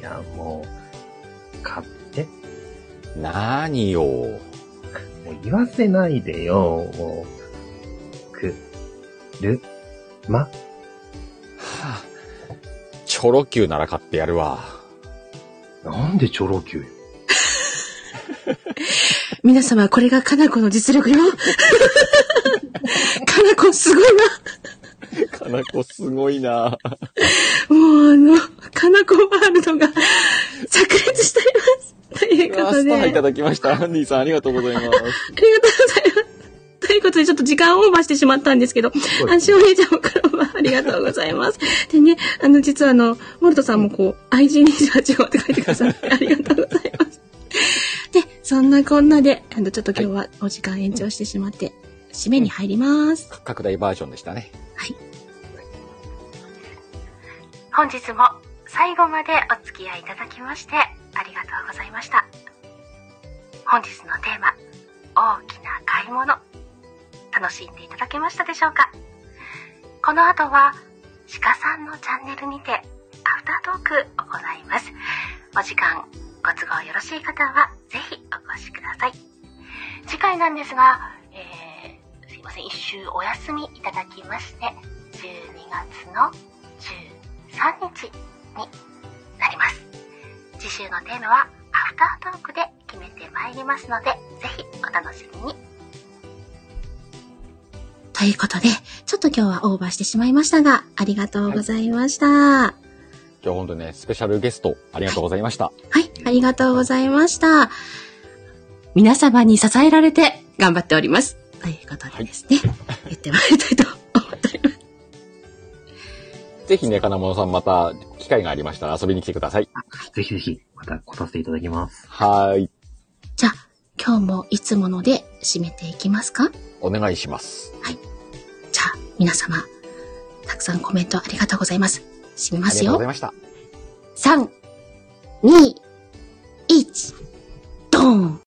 C: や、もう、買って。
B: 何を
C: もう言わせないでよ、もう。く、る、ま、
B: はあチョロ Q なら買ってやるわ。
C: なんでチョロ Q よ。
A: 皆様、これがかなこの実力よ。 かなこすごい
B: かなこすごいな。
A: な。もう、あの、かなこワールドが 炸裂しております。ということ
B: ス
A: で。
B: ター
A: ありが
B: いた
A: とう
B: だきました。アンディさんありがとうございます。
A: ございます。ということで、ちょっと時間オーバーしてしまったんですけど、あ、しお姉ちゃんもからはありがとうござい ます。でね、あの、実はあの、モルトさんもこう、IG28 号って書いてくだ さってありがとうございます。で、そんなこんなで、あの、ちょっと今日はお時間延長してしまって、締めに入ります。
B: 拡大バージョンでしたね。
D: 本日も最後までお付き合いいただきましてありがとうございました本日のテーマ「大きな買い物、楽しんでいただけましたでしょうかこの後は、鹿さんのチャンネルにて、アフタートークを行います。お時間、ご都合よろしい方は、ぜひお越しください。次回なんですが、えー、すいません、一周お休みいただきまして、12月の13日になります。次週のテーマは、アフタートークで決めてまいりますので、ぜひお楽しみに。
A: ということで、ちょっと今日はオーバーしてしまいましたが、ありがとうございました。は
B: 今日本当ね、スペシャルゲスト、ありがとうございました。
A: い、ありがとうございました。皆様に支えられて頑張っております。ということでですね、言ってまいりたいと思っております。
B: ぜひね、金物さんまた、機会がありましたら遊びに来てください。
C: ぜひぜひ、また来させていただきます。
B: はーい。
A: じゃあ、今日もいつもので締めていきますか
B: お願いします。
A: じゃあ、皆様、たくさんコメントありがとうございます。締め
B: あ
A: ま
B: り
A: す
B: がと
A: よ
B: うござい。ました。
A: 3、2、